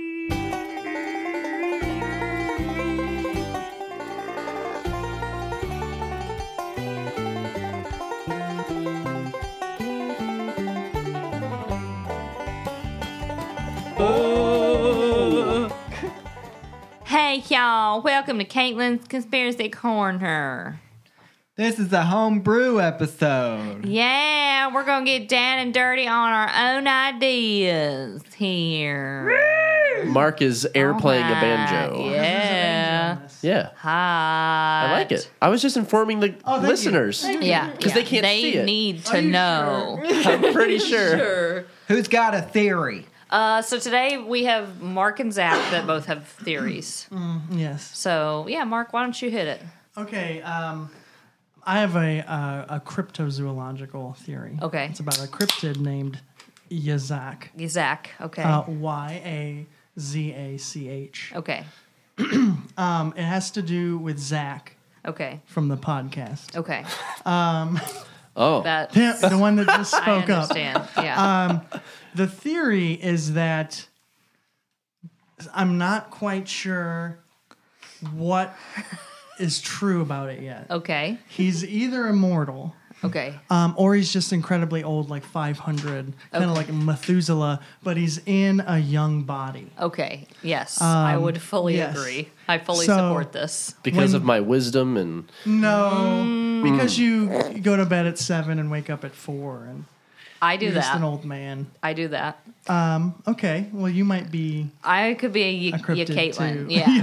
say. Hey, y'all. Welcome to Caitlin's Conspiracy Corner. This is a homebrew episode. Yeah, we're going to get down and dirty on our own ideas here. Mark is air playing a Alright, banjo. Yeah. Yeah. Hot. I like it. I was just informing the Oh, thank you. listeners. Thank Yeah. 'Cause they can't see it. need to know. I'm pretty sure. Who's got a theory? Uh, so today we have Mark and Zach that both have theories. Mm. Yes. So, yeah, Mark, why don't you hit it? Okay. Um, I have a uh, a cryptozoological theory. Okay. It's about a cryptid named Yazak. Zach. Okay. Oh. Uh, y a z a c h. okay. Um, it has to do with Zach Okay. from the podcast. Okay. Oh, That Yeah, the one that just I spoke up. understand. Uh, Yeah. The theory is that I'm not quite sure what is true about it yet. okay. He's either immortal. Okay. Um, or he's just incredibly old, like 500, kind of Okay. like Methuselah, but he's in a young body. Okay. Yes, I would fully Um, yes. agree. I fully So- support this. because of my wisdom and No, because you go to bed at seven and wake up at four, and I do you're just an that. old man. I do that. Okay, well, you might be I could be a, y- a y- cryptid Caitlin. too. Yeah. Um,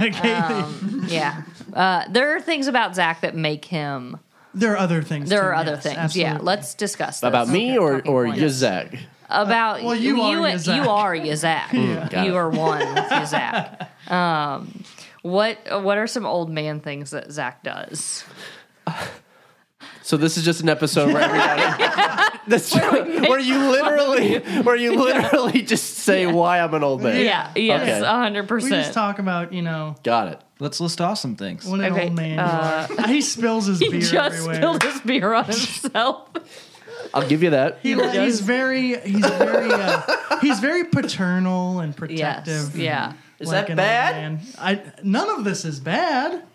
Caitlin. yeah. Uh, there are things about Zach that make him. there are other things. There too, are other yes, things. Yeah. absolutely. Let's discuss this. about me or Talking or points. Yazak. About well, you are you, Yazak. you are Yazak. Mm, Got You it. are one with Yazak. Um, what what are some old man things that Zach does? So this is just an episode where everybody. That's where you literally where you literally just say why I'm an old man. Yeah, yes, Okay. hundred we just percent. talk about you know Got it. Let's list off some things. what an Okay, uh, old man. you are. he spills his He beer just everywhere. spilled his beer on himself. I'll give you that. He- he's very, he's very, uh, he's very paternal and yes, protective. yeah. Is like that an old bad? man. I none of this is bad.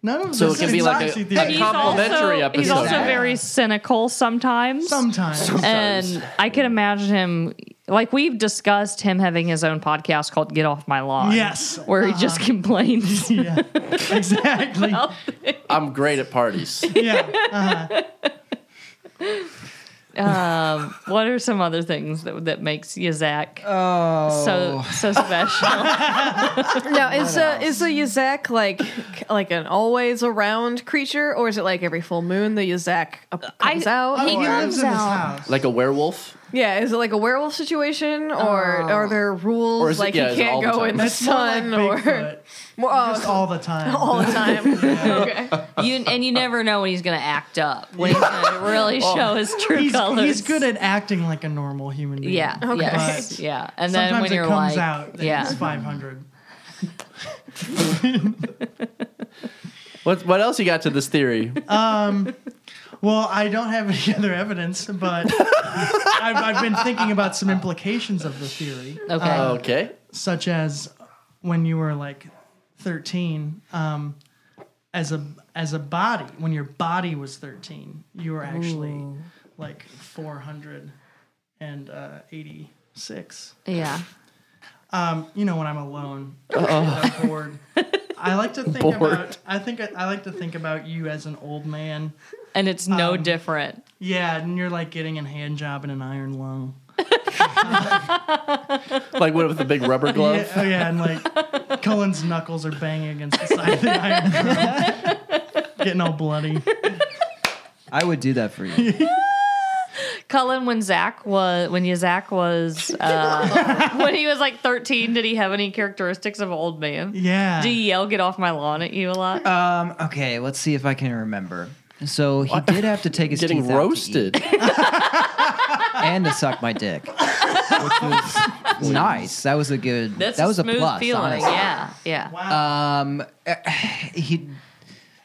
None of So it this can is be like Nazi a, theory. a complimentary episode. He's also Yeah. very cynical sometimes. Sometimes and I can imagine him like we've discussed him having his own podcast called Get Off My Lawn. Yes. Uh-huh. Where he just complains. yeah, exactly. I'm great at parties. yeah, um, what are some other things that that makes Yazak Oh, so so special? Now, is a is a Yazak like like an always around creature, or is it like every full moon the Yazak up- comes I- out? he he or, comes lives in his out. house. Like a werewolf. yeah, is it like a werewolf situation, or are there rules Or is it- like yeah, he is it all can't the go time? in the That's Oh. more like sun or Bigfoot, Well, oh, just all the time. all the time? okay. you and you never know when he's gonna act up when he's gonna really show his true he's, colors. he's good at acting like a normal human being. yeah, Okay. yes, yeah. And then Sometimes when it you're comes like, out that yeah, he's 500. What what else you got to this theory? Well, I don't have any other evidence, but I've, I've been thinking about some implications of the theory. okay, Uh, Okay. such as when you were like 13 um, as a as a body when your body was 13 you were actually like uh, 486 yeah. um, you know when i'm alone I'm bored i like to think Bored. about i think I, I like to think about you as an old man And it's no Um, different. yeah and you're like getting a hand job in an iron lung Like what with the big rubber glove? yeah, oh yeah and like cullen's knuckles are banging against the side of the iron lung getting all bloody I would do that for you. Cullen, when Zach was when Yazak was uh, when he was like 13, did he have any characteristics of an old man? Yeah. Do you yell "Get off my lawn" at you a lot? um, okay, let's see if I can remember. So he did have to take his Getting teeth out to eat roasted. and to suck my dick, which was nice. That was a good. That's that was a smooth plus. feeling. honestly. Yeah, yeah. wow. Um, he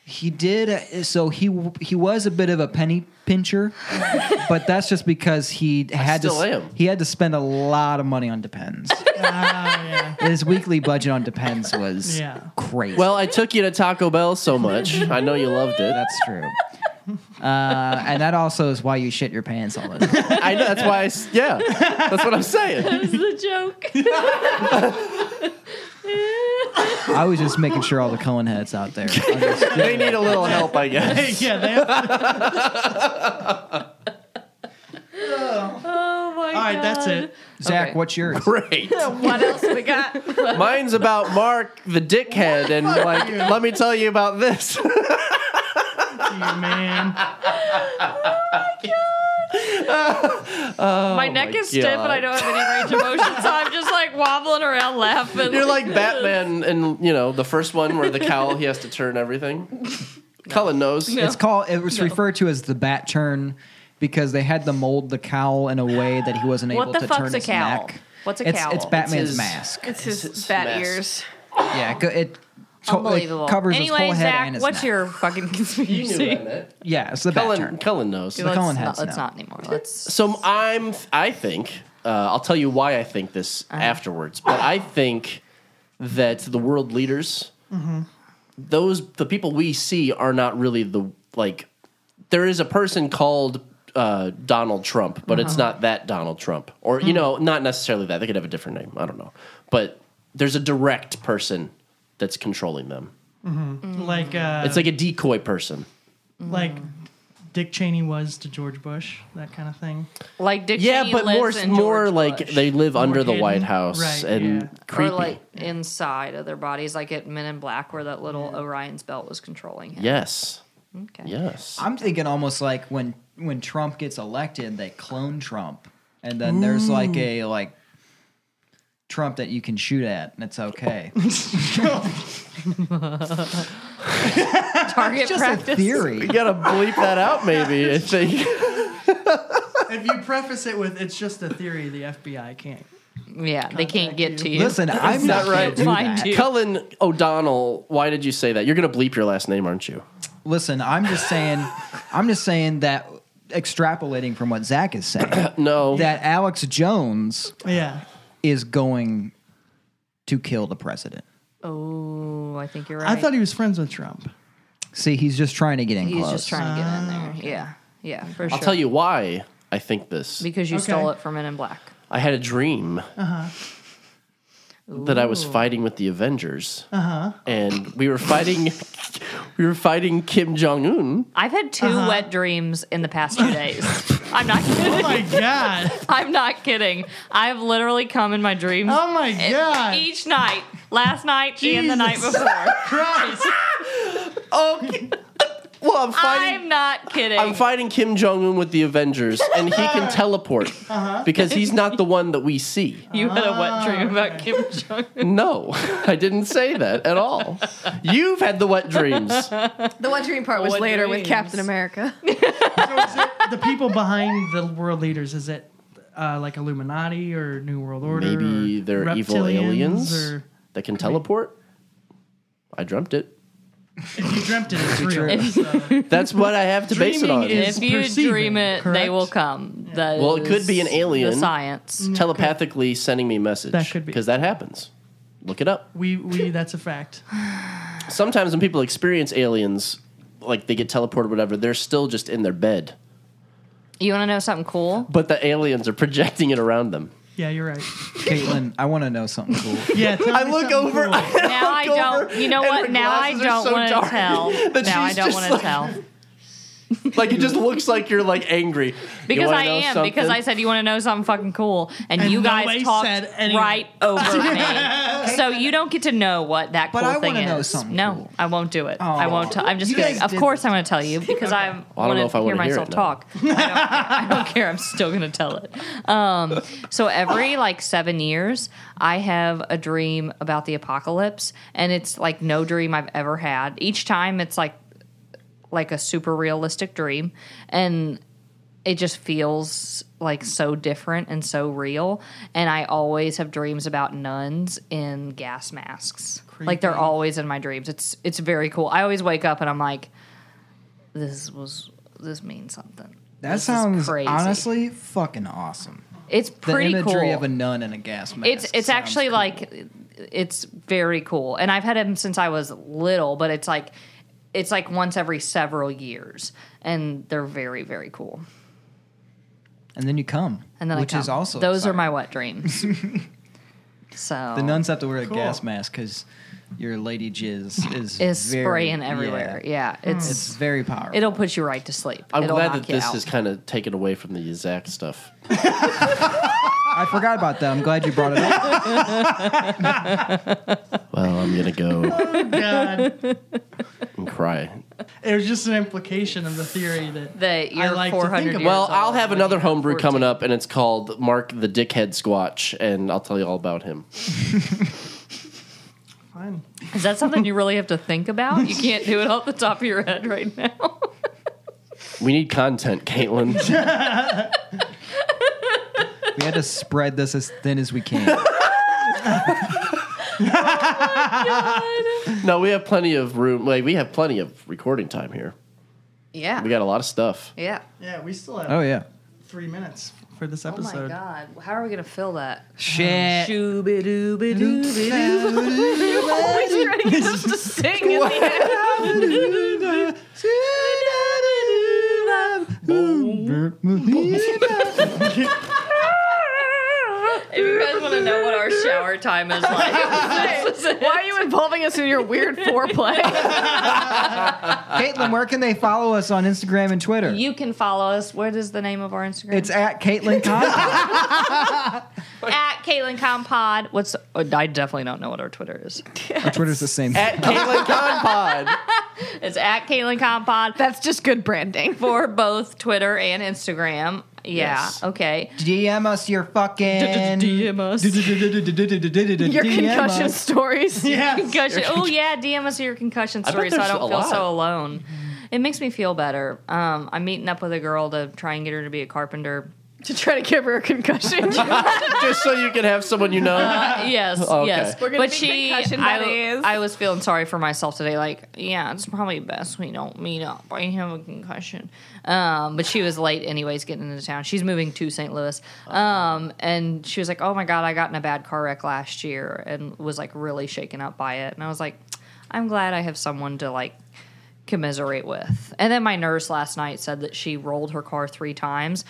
He did uh, so. He w- he was a bit of a penny pincher, but that's just because he had still to s- am. he had to spend a lot of money on Depends. Ah, yeah. His weekly budget on Depends was Yeah. crazy. Well, I took you to Taco Bell so much. I know you loved it. that's true. Uh, and that also is why you shit your pants all the time. I know. That's why. I, s- yeah, that's what I'm saying. That's the joke. I was just making sure all the Cohen heads out there. understood. They need a little help, I guess. yeah, they have Oh my god. All right, that's it. Zach, Okay. what's yours? Great. What else we got? Mine's about Mark the dickhead, and like, let me tell you about this. You man. my neck my is stiff and I don't have any range of motion, so I'm just like wobbling around laughing. You're like Batman, and you know the first one where the cowl he has to turn everything. Cullen knows. No. It's called. It was referred to as the bat turn because they had to mold the cowl in a way that he wasn't What able the to fuck's turn a his cowl? neck. What's a it's, cowl? It's Batman's his- mask. It's his It's bat mess. ears. Yeah, it, co- it, to- Unbelievable. it covers anyway, his whole head Zach, and his what's neck. your fucking You knew conspiracy? that, Matt. Yeah, it's the bat Cullen, turn. Cullen knows. let's Cohen not, heads let's now. not anymore. Let's. So I'm. I think. Uh, I'll tell you why I think this afterwards. But I think that the world leaders, those the people we see, are not really the like. There is a person called uh, Donald Trump, but it's not that Donald Trump, or you know, not necessarily that. They could have a different name. I don't know. But there's a direct person that's controlling them. Like, uh, It's like a decoy person. like Dick Cheney was to George Bush, that kind of thing. Like Dick Yeah, Cheney but lives more in more George like Bush. they live under the hidden. White House Right, and yeah. creepy. Or like inside of their bodies, like at Men in Black, where that little Orion's belt was controlling him. yes. Okay. Yes. I'm thinking almost like when when Trump gets elected, they clone Trump, and then there's like Mm. a like Trump that you can shoot at, and it's okay. It's Target just a practice. theory. You gotta bleep that out, maybe. I think. If you preface it with, it's just a theory the FBI can't. Yeah, they can't get to you. Listen, I'm not right. right. Do Find that. you. Cullen O'Donnell, why did you say that? You're gonna bleep your last name, aren't you? Listen, I'm just saying. I'm just saying that extrapolating from what Zach is saying. No. that Alex Jones Yeah. is going to kill the president. Oh, I think you're right. I thought he was friends with Trump. See, he's just trying to get in He's close. just trying to get in there. Yeah, yeah, for sure. I'll tell you why I think this. because you Okay. stole it from Men in Black. I had a dream Uh-huh. that I was fighting with the Avengers, Uh-huh. and we were fighting. we were fighting Kim Jong Un. I've had 2 wet dreams in the past two days. I'm not kidding. Oh my God. I'm not kidding. I've literally come in my dreams Oh my God. each night, last night and the night Jesus. before. Christ. Okay. Well, I'm fighting. I'm not kidding. I'm fighting Kim Jong Un with the Avengers, and he can teleport Uh-huh. because he's not the one that we see. you had a wet dream about Kim Jong. Un. No, I didn't say that at all. You've had the wet dreams. The one dream part was What later with dreams? Captain America. So is it the people behind the world leaders, is it uh, like Illuminati or New World Order? Maybe or they're evil reptilians aliens Or that can teleport. I dreamt it. if you dreamt it, it's real. so- true. That's what I have to base it Dreaming on. is- If you perceiving, dream it, they correct? will come. That Well, it could be an is alien. The science. telepathically sending me a message. That could be. because that happens. Look it up. we, we, that's a fact. Sometimes when people experience aliens, like they get teleported, whatever, they're still just in their bed, You want to know something cool? but the aliens are projecting it around them. Yeah, you're right. Caitlin, I want to know something cool. Yeah, tell I me look something over. cool. I Now I look over, don't. You know and what? her Now I glasses are don't so want to dark tell. that Now I she's don't just want to like- tell. Like it just looks like you're like angry You Because wanna I know am. Because I something? said you want to know something fucking cool, and, And you nobody guys talked said anything. right over me. So you don't get to know what that cool But I thing wanna is. know something no, cool. I won't do it. I won't. T- I'm just You kidding. guys Of did course, I'm going to tell you because I, I don't know wanna if I wanna hear hear myself it now. talk. I don't, care. I don't care. I'm still going to tell it. Um, so every like seven years, I have a dream about the apocalypse, and it's like no dream I've ever had. Each time, it's like like a super realistic dream and it just feels like so different and so real. And I always have dreams about nuns in gas masks. Like they're always in my dreams. It's it's very cool. I always wake up and I'm like, this was this means something. That This is sounds honestly fucking awesome. It's The pretty imagery cool. of a nun in a gas mask. it's it's sounds actually cool. like it's very cool, and I've had him since I was little. But it's like it's like once every several years, and they're very very cool. and then you come, And then I which is come. also those are exciting. my wet dreams. so The nuns have to wear a Cool. gas mask because your lady jizz is is very- spraying everywhere. yeah. Yeah, it's It's very powerful. it'll put you right to sleep. I'm it'll glad knock that you this out. is kind of taken away from the Yazak stuff. I forgot about that. I'm glad you brought it up. Well, I'm gonna go Oh, God. and cry. it was just an implication of the theory that that I you're like to think 400 about years it. Well, old I'll have when another you're homebrew 14. coming up, and it's called Mark the Dickhead Squatch, and I'll tell you all about him. fine. Is that something you really have to think about? You can't do it off the top of your head right now. We need content, Caitlin. We had to spread this as thin as we can. no, we have plenty of room. Like we have plenty of recording time here. yeah. We got a lot of stuff. yeah. Yeah, we still have Oh yeah. three minutes for this Oh my episode. god. How are we gonna fill that? Shit. Always trying to get us to sing in the end. If you guys want to know what our shower time is like, this is it. Why are you involving us in your weird foreplay? Caitlin, where can they follow us on Instagram and Twitter? You can follow us. What is the name of our Instagram? it's at Caitlin Con. at Caitlin Compod. What's oh, I definitely don't know what our Twitter is. Our Twitter's the same. At Caitlin Conpod. It's at Caitlin Compod That's just good branding. for both Twitter and Instagram. Yeah. Yes. Okay. DM us your fucking. DM us. Your Your concussion stories. Yeah. Concussion. Oh yeah, DM us your concussion bet story so I there's don't a feel lot. so alone. It makes me feel better. Um, I'm meeting up with a girl to try and get her to be a carpenter. To try to give her a concussion. Just so you can have someone you know. Uh, yes, okay. yes. We're gonna but be she, concussion I, buddies. I was feeling sorry for myself today. Like, yeah, it's probably best we don't meet up. I have a concussion. Um, but she was late anyways getting into town. She's moving to St. Louis. Um, and she was like, "Oh my god, I got in a bad car wreck last year," and was like really shaken up by it. And I was like, "I'm glad I have someone to like." commiserate with. And then my nurse last night said that she rolled her car three times,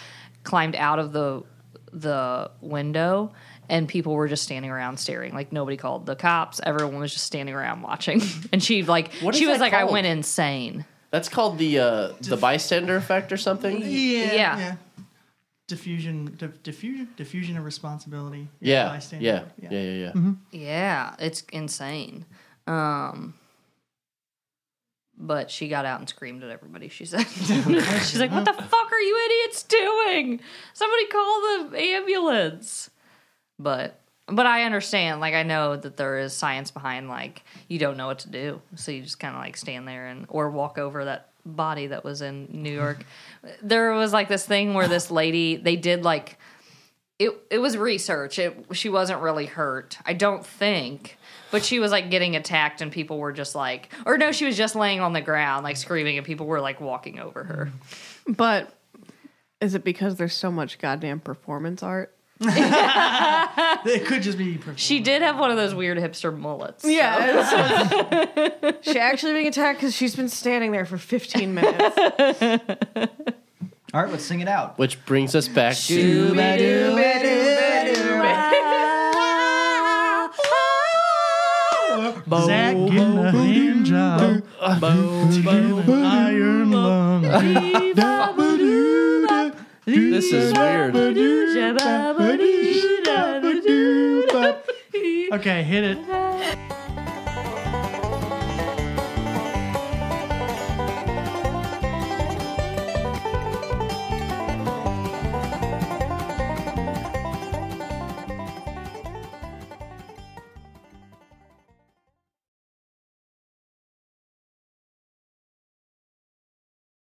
climbed out of the the window, and people were just standing around staring. Like nobody called the cops. Everyone was just standing around watching. And she like What is she was that like, I called? went insane. That's called the uh, the bystander effect or something. Yeah. Yeah. Diffusion, diff, diffusion, diffusion of responsibility. Yeah, yeah, bystander. Mm-hmm. yeah, yeah, yeah. Yeah, it's insane. Um but she got out and screamed at everybody. She said, "She's like, what the fuck are you idiots doing? Somebody call the ambulance." But but I understand. Like I know that there is science behind like you don't know what to do, so you just kind of like stand there and or walk over that body that was in New York. there was like this thing where this lady they did like it it was research. It she wasn't really hurt, I don't think. But she was like getting attacked, and people were just like, or no, she was just laying on the ground, like screaming, and people were like walking over her. But is it because there's so much goddamn performance art? It could just be. perf- She did have one of those weird hipster mullets. Yeah. it's- she actually being attacked because she's been standing there for 15 minutes. All right, let's sing it out. Which brings us back to Zach Oh, getting a hand job. Iron lung. this is weird. Okay, hit it.